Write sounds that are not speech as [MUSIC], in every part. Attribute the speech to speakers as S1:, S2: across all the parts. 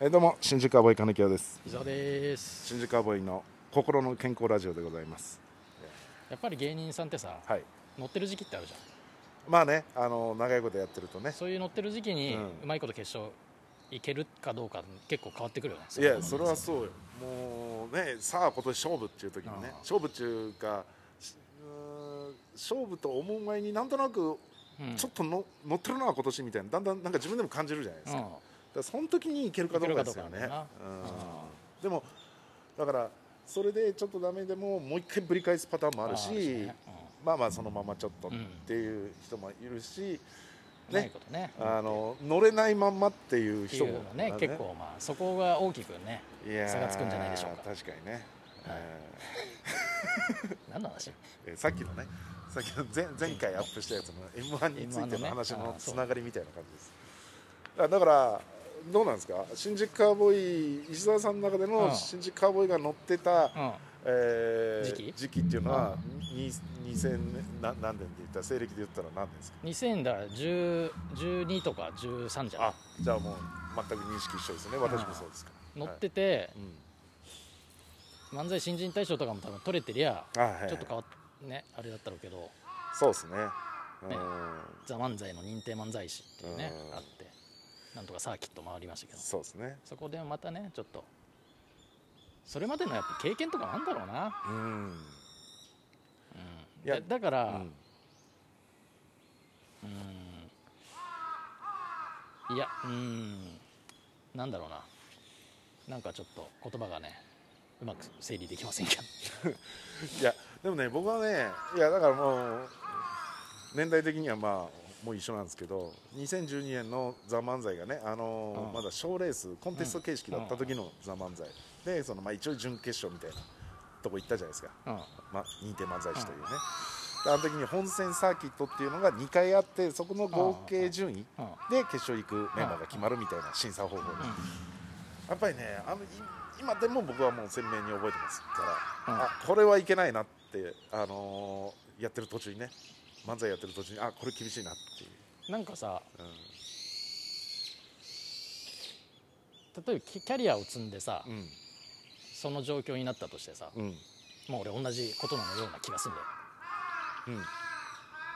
S1: えーどうも新宿アボイ金城です
S2: 伊沢です
S1: 新宿アボイの心の健康ラジオでございます
S2: やっぱり芸人さんってさ
S1: はい
S2: 乗ってる時期ってあるじゃ
S1: まあねあの長いことやってるとね
S2: んそういう乗ってる時期に
S1: うん
S2: うまいこと決勝いけるかどうか結構変わってくるよね
S1: いやそれはそうよもうねさあ今年勝負っていう時にね
S2: ああ
S1: 勝負っていうかしうーん勝負と思う前になんとなく
S2: うん
S1: ちょっとの、乗ってるな今年みたいなだんだんなんか自分でも感じるじゃないですか,、だからその時にいけるかどうかですよ
S2: いけ
S1: ね
S2: るかどうか
S1: うん
S2: だよな
S1: でもだからそれでちょっとダメでももう一回ぶり返すパターンもあるし
S2: あるしね
S1: まあまあそのままちょっとっ
S2: うん
S1: ていう人もいるし、
S2: うんうまいことね
S1: あの乗れないまんまっていう
S2: って
S1: 人
S2: い
S1: も
S2: うのね結構まあそこが大きくね
S1: いやー
S2: 差がつくんじゃないでしょうか
S1: 確かにね、
S2: はい
S1: えー
S2: 何の話
S1: えーさっきのね、さっきの前前回アップしたやつの M1 について
S2: M1 の
S1: の
S2: ね
S1: 話の
S2: あーそ
S1: つ
S2: う
S1: ながりみたいな感じです。あだからどうなんですか、新宿カーボーイ石澤さんの中で
S2: う
S1: の
S2: ん
S1: 新宿カーボーイが乗ってた、
S2: うん
S1: えー
S2: 時期
S1: っていうのは、に2000年な何年で言ったら西暦で言ったら何年ですか。
S2: 2012とか13じゃ
S1: あ、じゃあもう全く認識一緒ですね。私もそうですか。
S2: ん乗ってて
S1: はい、うん
S2: 漫才新人大賞とかも多分取れてりゃ
S1: あはいはい
S2: ちょっと変わっねあれだったろうけど
S1: そうですね。
S2: ね
S1: うん
S2: 「ザ漫才の認定漫才師っていうね
S1: うん
S2: あってなんとかサーキット回りましたけど
S1: そうですね。
S2: そこでまたねちょっとそれまでのやっぱ経験とかもあんだろうな、
S1: うん。
S2: うん、
S1: いや
S2: だだから、
S1: う
S2: うんんいやうんなんだろうななんかちょっと言葉がねうまく整理できませんけど
S1: いやでもね僕はねいやだからもう年代的にはまあもう一緒なんですけど2012年の「ザ漫才がねあのー
S2: うん
S1: まだ賞ーレースコンテスト形式だった時の「ザ漫才でその、まあ、一応準決勝みたいなとこ行ったじゃないですか、
S2: うん
S1: まあ、認定漫才師というね、であの時に本戦サーキットっていうのが2回あってそこの合計順位
S2: うん
S1: で決勝行くメンバーが決まるみたいな審査方法でやっぱりねあのい今でも僕はもう鮮明に覚えてますから、
S2: うん
S1: あこれはいけないなって、あのーやってる途中にね漫才やってる途中にあこれ厳しいなっていう、
S2: なんかさ
S1: うん
S2: 例えばキキャリアを積んでさ、
S1: うん
S2: その状況になったとしてさ、
S1: うん
S2: もう俺同じことなのような気がするんだよ
S1: うん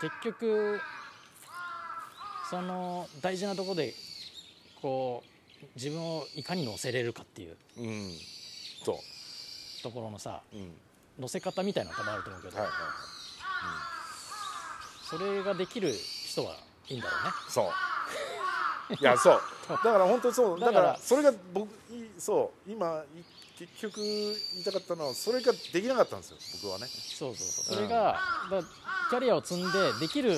S2: 結局その大事なとこでこう自分をいかに乗せれるかっていう
S1: うんそ
S2: ところのさ
S1: う、うん、
S2: 乗せ方みたいなのがあると思うけど、
S1: はいはいはい、
S2: それができる人はいいんだろ
S1: うん、そういやそうだから本当そうだから
S2: だから
S1: それが僕いそう今い結局言いたかったのはそれができなかったんですよ僕はね
S2: うねそうそうそうそれが、だキャリアを積んでできる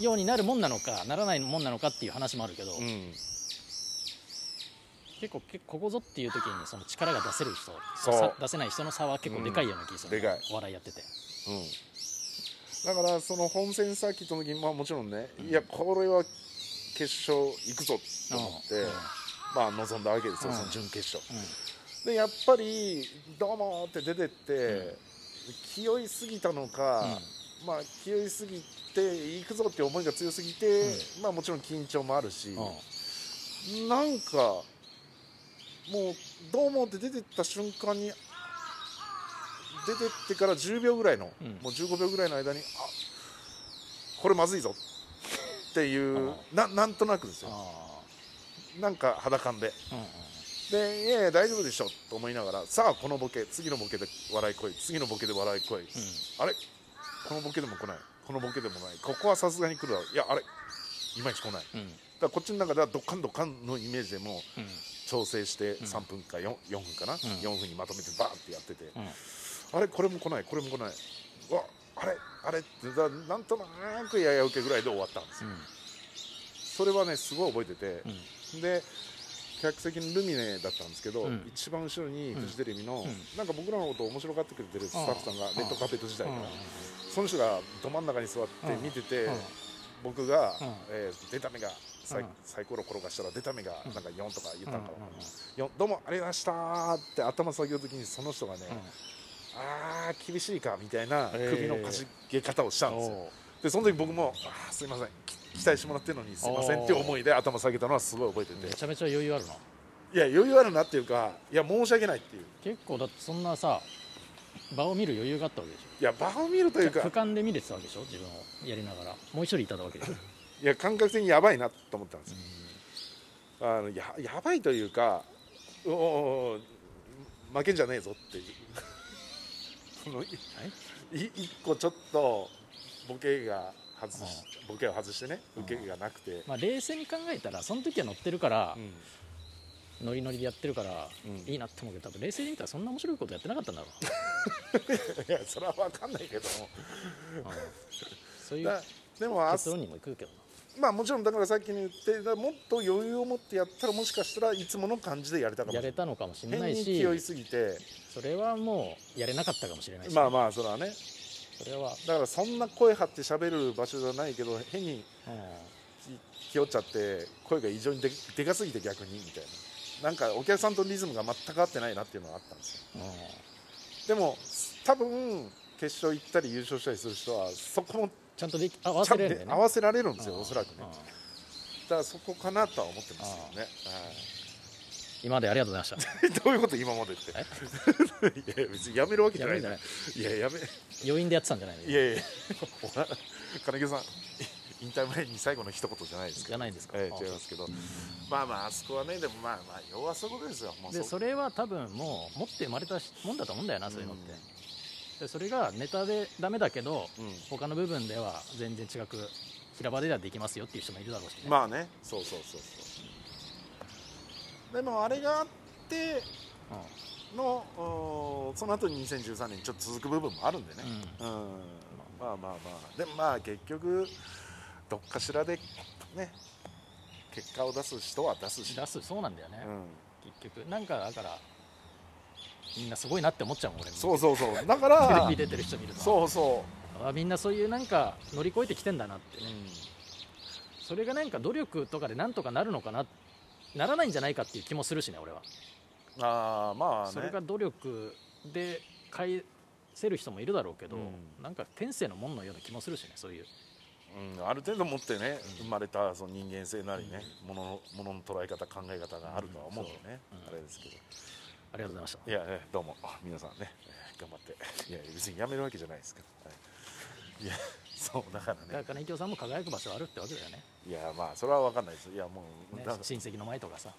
S2: ようになるもんなのかならないもんなのかっていう話もあるけど、
S1: ん
S2: 結構けここぞっていう時にその力が出せる人
S1: そう
S2: さ出せない人の差は結構でかいような気がする、
S1: うんでかい
S2: お笑いやってて
S1: うん、だからその本戦サーキットの時に、まあ、もちろんね、いやこれは決勝行くぞと思って、
S2: うん
S1: まあ、望んだわけですよ、
S2: うん
S1: その準決勝
S2: うん
S1: でやっぱりどうもって出てって、
S2: う
S1: 気負いすぎたのか、まあ気負いすぎて行くぞって思いが強すぎて、まあもちろん緊張もあるし、
S2: うんうん
S1: なんかもうどうもって出てった瞬間に出てってから10秒ぐらいの、
S2: うん
S1: もう15秒ぐらいの間にあこれまずいぞっていう
S2: あ
S1: ななんとなくですよ
S2: あ
S1: なんか肌感で
S2: あ、うんうん、
S1: でいやいや大丈夫でしょと思いながらさあこのボケ次のボケで笑い来い次のボケで笑い来い、あれこのボケでも来ないこのボケでもないここはさすがに来るだろういやあれいまいち来ないだか
S2: うんうん
S1: らこっちの中ではドッカンドッカンのイメージでもう
S2: うん
S1: 調整して
S2: うん
S1: 3分か 4, 4分かな、
S2: ん
S1: 4分にまとめてバーってやってて、
S2: うん
S1: あれこれも来ないこれも来ないうわあれあれってだなんとなくやや受けぐらいで終わったんですよ、それはねすごい覚えてて
S2: う、ん
S1: で客席のルミネだったんですけど、
S2: うん
S1: 一番後ろにフジテレビの、
S2: うん
S1: なんか僕らのことを面白がってくれてるスタッフさんが
S2: うん
S1: レッドカーペット時代から、
S2: う
S1: その人がど真ん中に座って見てて、
S2: んうん
S1: 僕が、
S2: うん
S1: えー出た目がサイ,、
S2: うん
S1: サイコロ転がしたら出た目がなんか4とか言ったのかな、
S2: うんうんうん
S1: よどうもありがとうございましたーって頭下げるときにその人がね、
S2: うん
S1: あー厳しいかみたいな
S2: えー
S1: 首のかじげ方をしたんですよ、
S2: おう
S1: でその時僕もあーすいませんき期待してもらってるのにすいませんって思いで頭下げたのはすごい覚えて
S2: め
S1: て
S2: ちゃめちゃ余裕あるな。
S1: いいや余裕あるなっていうかいや申し訳ないっていう
S2: 結構だってそんなさ場を見る余裕があったわけでし
S1: いや場を見るという
S2: ょ俯
S1: か
S2: 瞰で見れてたわけでしょ自分をやりながらもう一人いたわけでしょ、
S1: いや感覚的にやばいなと思ったんですよあのややばいというかおおお負けんじゃねえぞっていうそのいい一個ちょっとボケが外しボケを外してね
S2: うん
S1: 受けがなくて、
S2: まあ、冷静に考えたらその時は乗ってるから
S1: う、ん
S2: ノリノリでやってるから、
S1: うん
S2: いいなって思うけど多分冷静に見たらそんな面白いことやってなかったんだろ
S1: いやそれは分かんないけども
S2: う、うんそういう
S1: だでもあ
S2: 結論にも行くけどな
S1: まあもちろんだからさっきに言ってだからもっと余裕を持ってやったらもしかしたらいつもの感じでやれたかもし
S2: や
S1: れ
S2: れ
S1: ない
S2: たのかもしれな
S1: 変
S2: い
S1: に
S2: し
S1: 気負いすぎて
S2: それはもうやれなかったかもしれないし、
S1: まあまあそれはね
S2: それは、
S1: だからそんな声張って喋る場所じゃないけど変に
S2: うん
S1: 気気負っちゃって声が異常にででかすぎて逆にみたいななんかお客さんとリズムが全く合ってないなっていうのがあったんですよ
S2: うん
S1: でも多分決勝行ったり優勝したりする人はそこも
S2: ちゃんとでき合わ
S1: ちゃ
S2: せ
S1: ん
S2: れるんだ
S1: と
S2: よ
S1: 合
S2: ね
S1: わせられるんですよ
S2: うん
S1: おそらくね
S2: うん
S1: だからそこかなとは思ってますけどね
S2: 今までありがとうございまし
S1: はいどういうこと今までっていや別にやめるわけ
S2: た
S1: じ
S2: や
S1: ゃな
S2: め
S1: い
S2: じゃ
S1: な
S2: ない
S1: いややめ
S2: 余韻でやってたんじゃないの
S1: いやいやお前金木さん引退前に最後の一言じゃないですか
S2: じゃないんですか
S1: え
S2: あ
S1: え違いますけどまあまああそこはねでもまあまあ要はそういうことですよもう
S2: でそ
S1: れ
S2: れは多分もう持って生まれたしもんだと思うんだよなそういうのって、
S1: うん
S2: でそれがネタでダメだけど
S1: うん
S2: 他の部分では全然違く平場ではできますよっていう人もいるだろうし、ね
S1: まあねそうそうそうそうでもあれがあってのうんその後に2013年ちょっと続く部分もあるんでね
S2: うんうん
S1: うんまあまあまあでもまあ結局どっかしらでね結果を出す人は出すし
S2: 出すそうなんだよね
S1: う、ん
S2: 結局なんかだからみんなすごいなって思っちゃうもん俺も
S1: そうそうそうだか
S2: テレ [LAUGHS]
S1: ら
S2: ビ出てる人見ると
S1: そうそう
S2: あみんなそういうなんか乗り越えてきてんだなってね
S1: う
S2: それがなんか努力とかでなんとかなるのかなならないんじゃないかっていう気もするしね俺は
S1: ん、ああまあね
S2: それが努力で返せる人もいるだろうけど、
S1: うん
S2: なんか天性のもんのような気もするしねそういう
S1: うん、ある程度持ってね
S2: う
S1: 生
S2: ん
S1: まれたその人間性なりねもののものの捉え方考え方があるとは思うんでね、
S2: うんそううん
S1: あれですけど
S2: ありがとうございました
S1: いや、ね、どうもあ皆さんねえー頑張っていや別にやめるわけじゃないですけど、はい、いやそうだから
S2: だ
S1: ね
S2: から金京さんも輝く場所あるってわけだよね
S1: いやまあそれは分かんないですいやもう、
S2: ね
S1: だから
S2: 親戚の前とか
S1: [LAUGHS]
S2: さ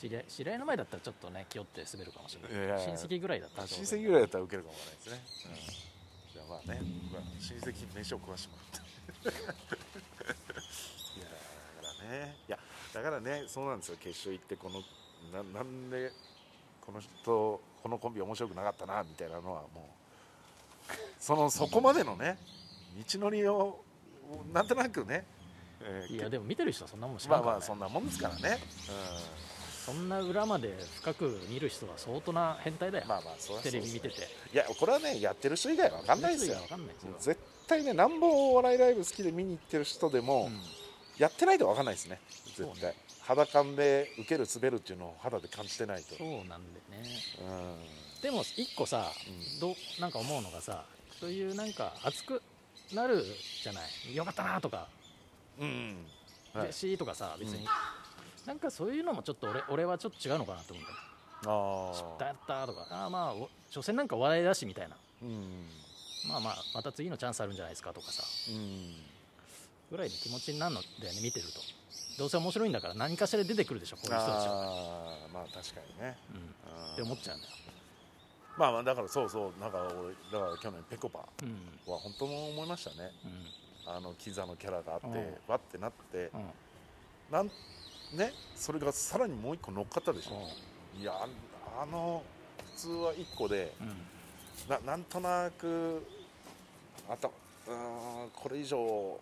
S2: 知り合い知り合いの前だったらちょっとね気負って滑るかもしれない
S1: いやいや
S2: 親戚ぐらいだった
S1: あ
S2: らち
S1: 親
S2: ょうど
S1: 戚ぐらいだったら受けるかもわかんないですね、うん、じゃあまあね、まあ、親戚に飯を食わしてもらっていやだからねいやだからねそうなんですよ決勝行ってこのななんでこの人このコンビ面白くなかったなみたいなのはもうそのそこまでのね道のりをなんとなくね、えー
S2: いやでも見てる人はそんなもん知
S1: ま
S2: ら
S1: あ
S2: んから、ね
S1: まあそんなもんですからね、
S2: そんな裏まで深く見る人は相当な変態だよ
S1: うん、、まあまあそう
S2: テレビ見て
S1: て
S2: て
S1: いやこれはねやってる人以外は分かんないです
S2: 人
S1: よ
S2: がわかんないですよ、
S1: 絶対ねなんぼお笑いライブ好きで見に行ってる人でも、
S2: うん
S1: やってないと分かんないですね絶
S2: そう
S1: 対肌感で受ける滑るっていうのを肌で感じてないと
S2: そうなんだよね
S1: うん
S2: でも一個さ、
S1: うん
S2: どうなんか思うのがさそういうなんか熱くなるじゃないよかったなとか
S1: うん、はい
S2: 嬉、しいとかさ、別に、なんかそういうのもちょっと俺俺はちょっと違うのかなと思うんだよ
S1: あ
S2: 失
S1: あ
S2: 敗やったとかああまあお所詮なんかお笑いだしみたいな
S1: うん
S2: まあまあまた次のチャンスあるんじゃないですかとかさ
S1: うん
S2: ぐらいの気持ちになるのだよね見てるとどうせ面白いんだから何かしら出てくるでしょこういう人たちは、
S1: ああまあ確かにね
S2: うん、
S1: うん
S2: って思っちゃうんだよ、
S1: まあまあだからそうそうなんか俺だから去年ぺこぱは
S2: うん
S1: 本当に思いましたねあのキザのキャラがあって
S2: うん
S1: わってなって
S2: うんうん
S1: なんねそれがさらにもう一個乗っかったでしょ
S2: う
S1: いやああの普通は1個で
S2: んうん
S1: ななんとなくあとうーんこれ以上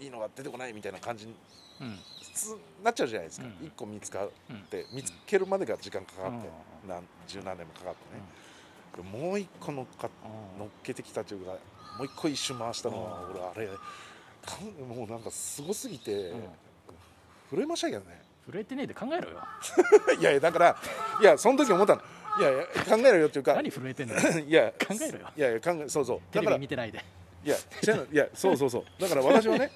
S1: いいのが出てこないみたいな感じに
S2: うん
S1: 普通なっちゃうじゃないですか、
S2: うん
S1: 1個見つかっ
S2: うん
S1: て見つけるまでが時間かかって、
S2: うん
S1: なん十何年もかかってね、でもう1個乗っか乗っけてきたというかもう1個一周回したのは
S2: うん
S1: 俺あれかんもうなんかすごすぎて、
S2: うん
S1: 震えましたけどね [LAUGHS]
S2: 震えてねえで考えろよ
S1: いやいやだからいやその時思ったのいやいや考えろよっていうか
S2: 何震えてんの
S1: [LAUGHS] いや
S2: 考えろよ
S1: いやいや考えそうそうだ
S2: テレ
S1: から
S2: ビ見てないで
S1: いや、違うのいや、そうそうそう、だから私はね、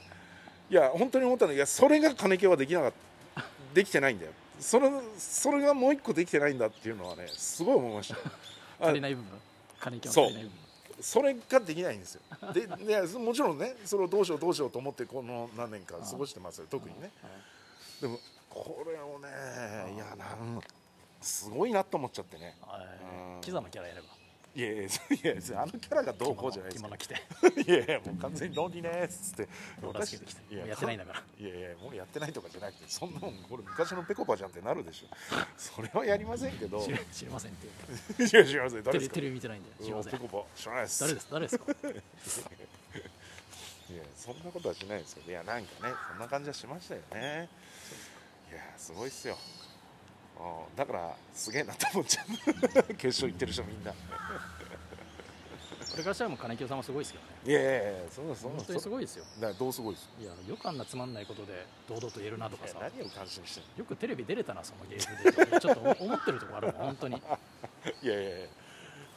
S1: いや、本当に思ったのが、いや、それが金木はできなかった、できてないんだよ。それそれがもう一個できてないんだっていうのはねすごい思いました
S2: 足
S1: あ
S2: りない部分金行きも足りない部分
S1: それができないんですよででもちろんねそれをどうしようどうしようと思ってこの何年か過ごしてますよ特にねでもこれをねいやなんすごいなと思っちゃってね
S2: はい
S1: うん
S2: キザのキャラやれば
S1: いやいやいやいやあのキャラがどうこうじゃないで
S2: 着
S1: すか
S2: 物着て
S1: [LAUGHS] いやいやもう完全に論理ねーっつって
S2: ローラースケート着てやってないんだから
S1: いやいやもうやってないとかじゃなくてそんなもんこれ昔のぺこぱじゃんってなるで
S2: [LAUGHS]
S1: しょそれはやりませんけど
S2: 知り知りませんって
S1: いや知りません誰
S2: テ
S1: で
S2: レ
S1: すか
S2: テレビ見てないんで知りません
S1: ぺこぱ知らないです
S2: 誰です誰ですか
S1: いやそんなことはしないですけどいやなんかねそんな感じはしましたよねいやすごいっすようんだからすげえなと思っちゃう
S2: [LAUGHS]
S1: 決勝行ってる人みんない
S2: これからしたらもう金清さんもすごいですけどね
S1: やいやいやそんなそんな
S2: 本当にす
S1: い
S2: ごいですよ
S1: だからどうすごいです
S2: いやよくあんなつまんないことで堂々と言えるなとか
S1: い
S2: さ
S1: や何を感心してんの
S2: よくテレビ出れたなその芸風でちょっと思思ってるとこあるもん本当に
S1: いやいやいや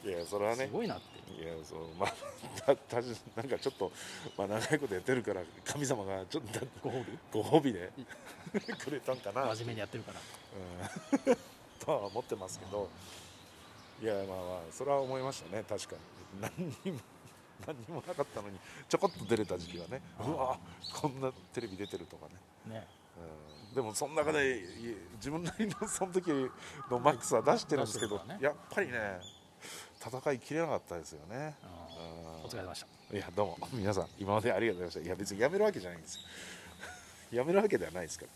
S1: いやそれは
S2: す
S1: ね
S2: ごいなって
S1: いやそうまあ [LAUGHS] たたじなんかちょっと、まあ、長いことやってるから神様がちょっとだ
S2: ご褒美
S1: ご褒美でくれたんかな、うん
S2: 真面目にやってるから、
S1: [LAUGHS] とは思ってますけどいやまあまあそれは思いましたね確かに何にも何にもなかったのにちょこっと出れた時期はねうわこんなテレビ出てるとかね
S2: ね、
S1: うんでもその中でい自分なりのその時のマックスは出してるんですけど、
S2: 出してるからね
S1: やっぱりね戦いきれなかったですよね
S2: う。ん
S1: うん
S2: お疲れ様でした
S1: いやどうも [LAUGHS] 皆さん今までありがとうございましたいや別にやめるわけじゃないん [LAUGHS] ですよやめるわけではないですから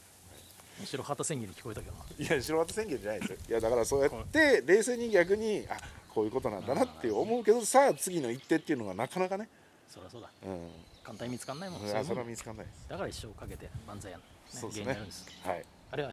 S2: むしろ旗宣言に聞こえたけどない
S1: や白旗宣言じゃないですよいやだからそうやって冷静に逆にあこういうことなんだなっていう思うけどさあ次の一手っていうのがなかなかね
S2: そりゃそうだ
S1: うん
S2: 簡単に見つかんないもん
S1: いや
S2: そ
S1: そうれ
S2: いう
S1: は
S2: もん
S1: 見つかんないです
S2: だから一生かけて漫才やん、ね
S1: そうですね
S2: 芸人やるんです
S1: はい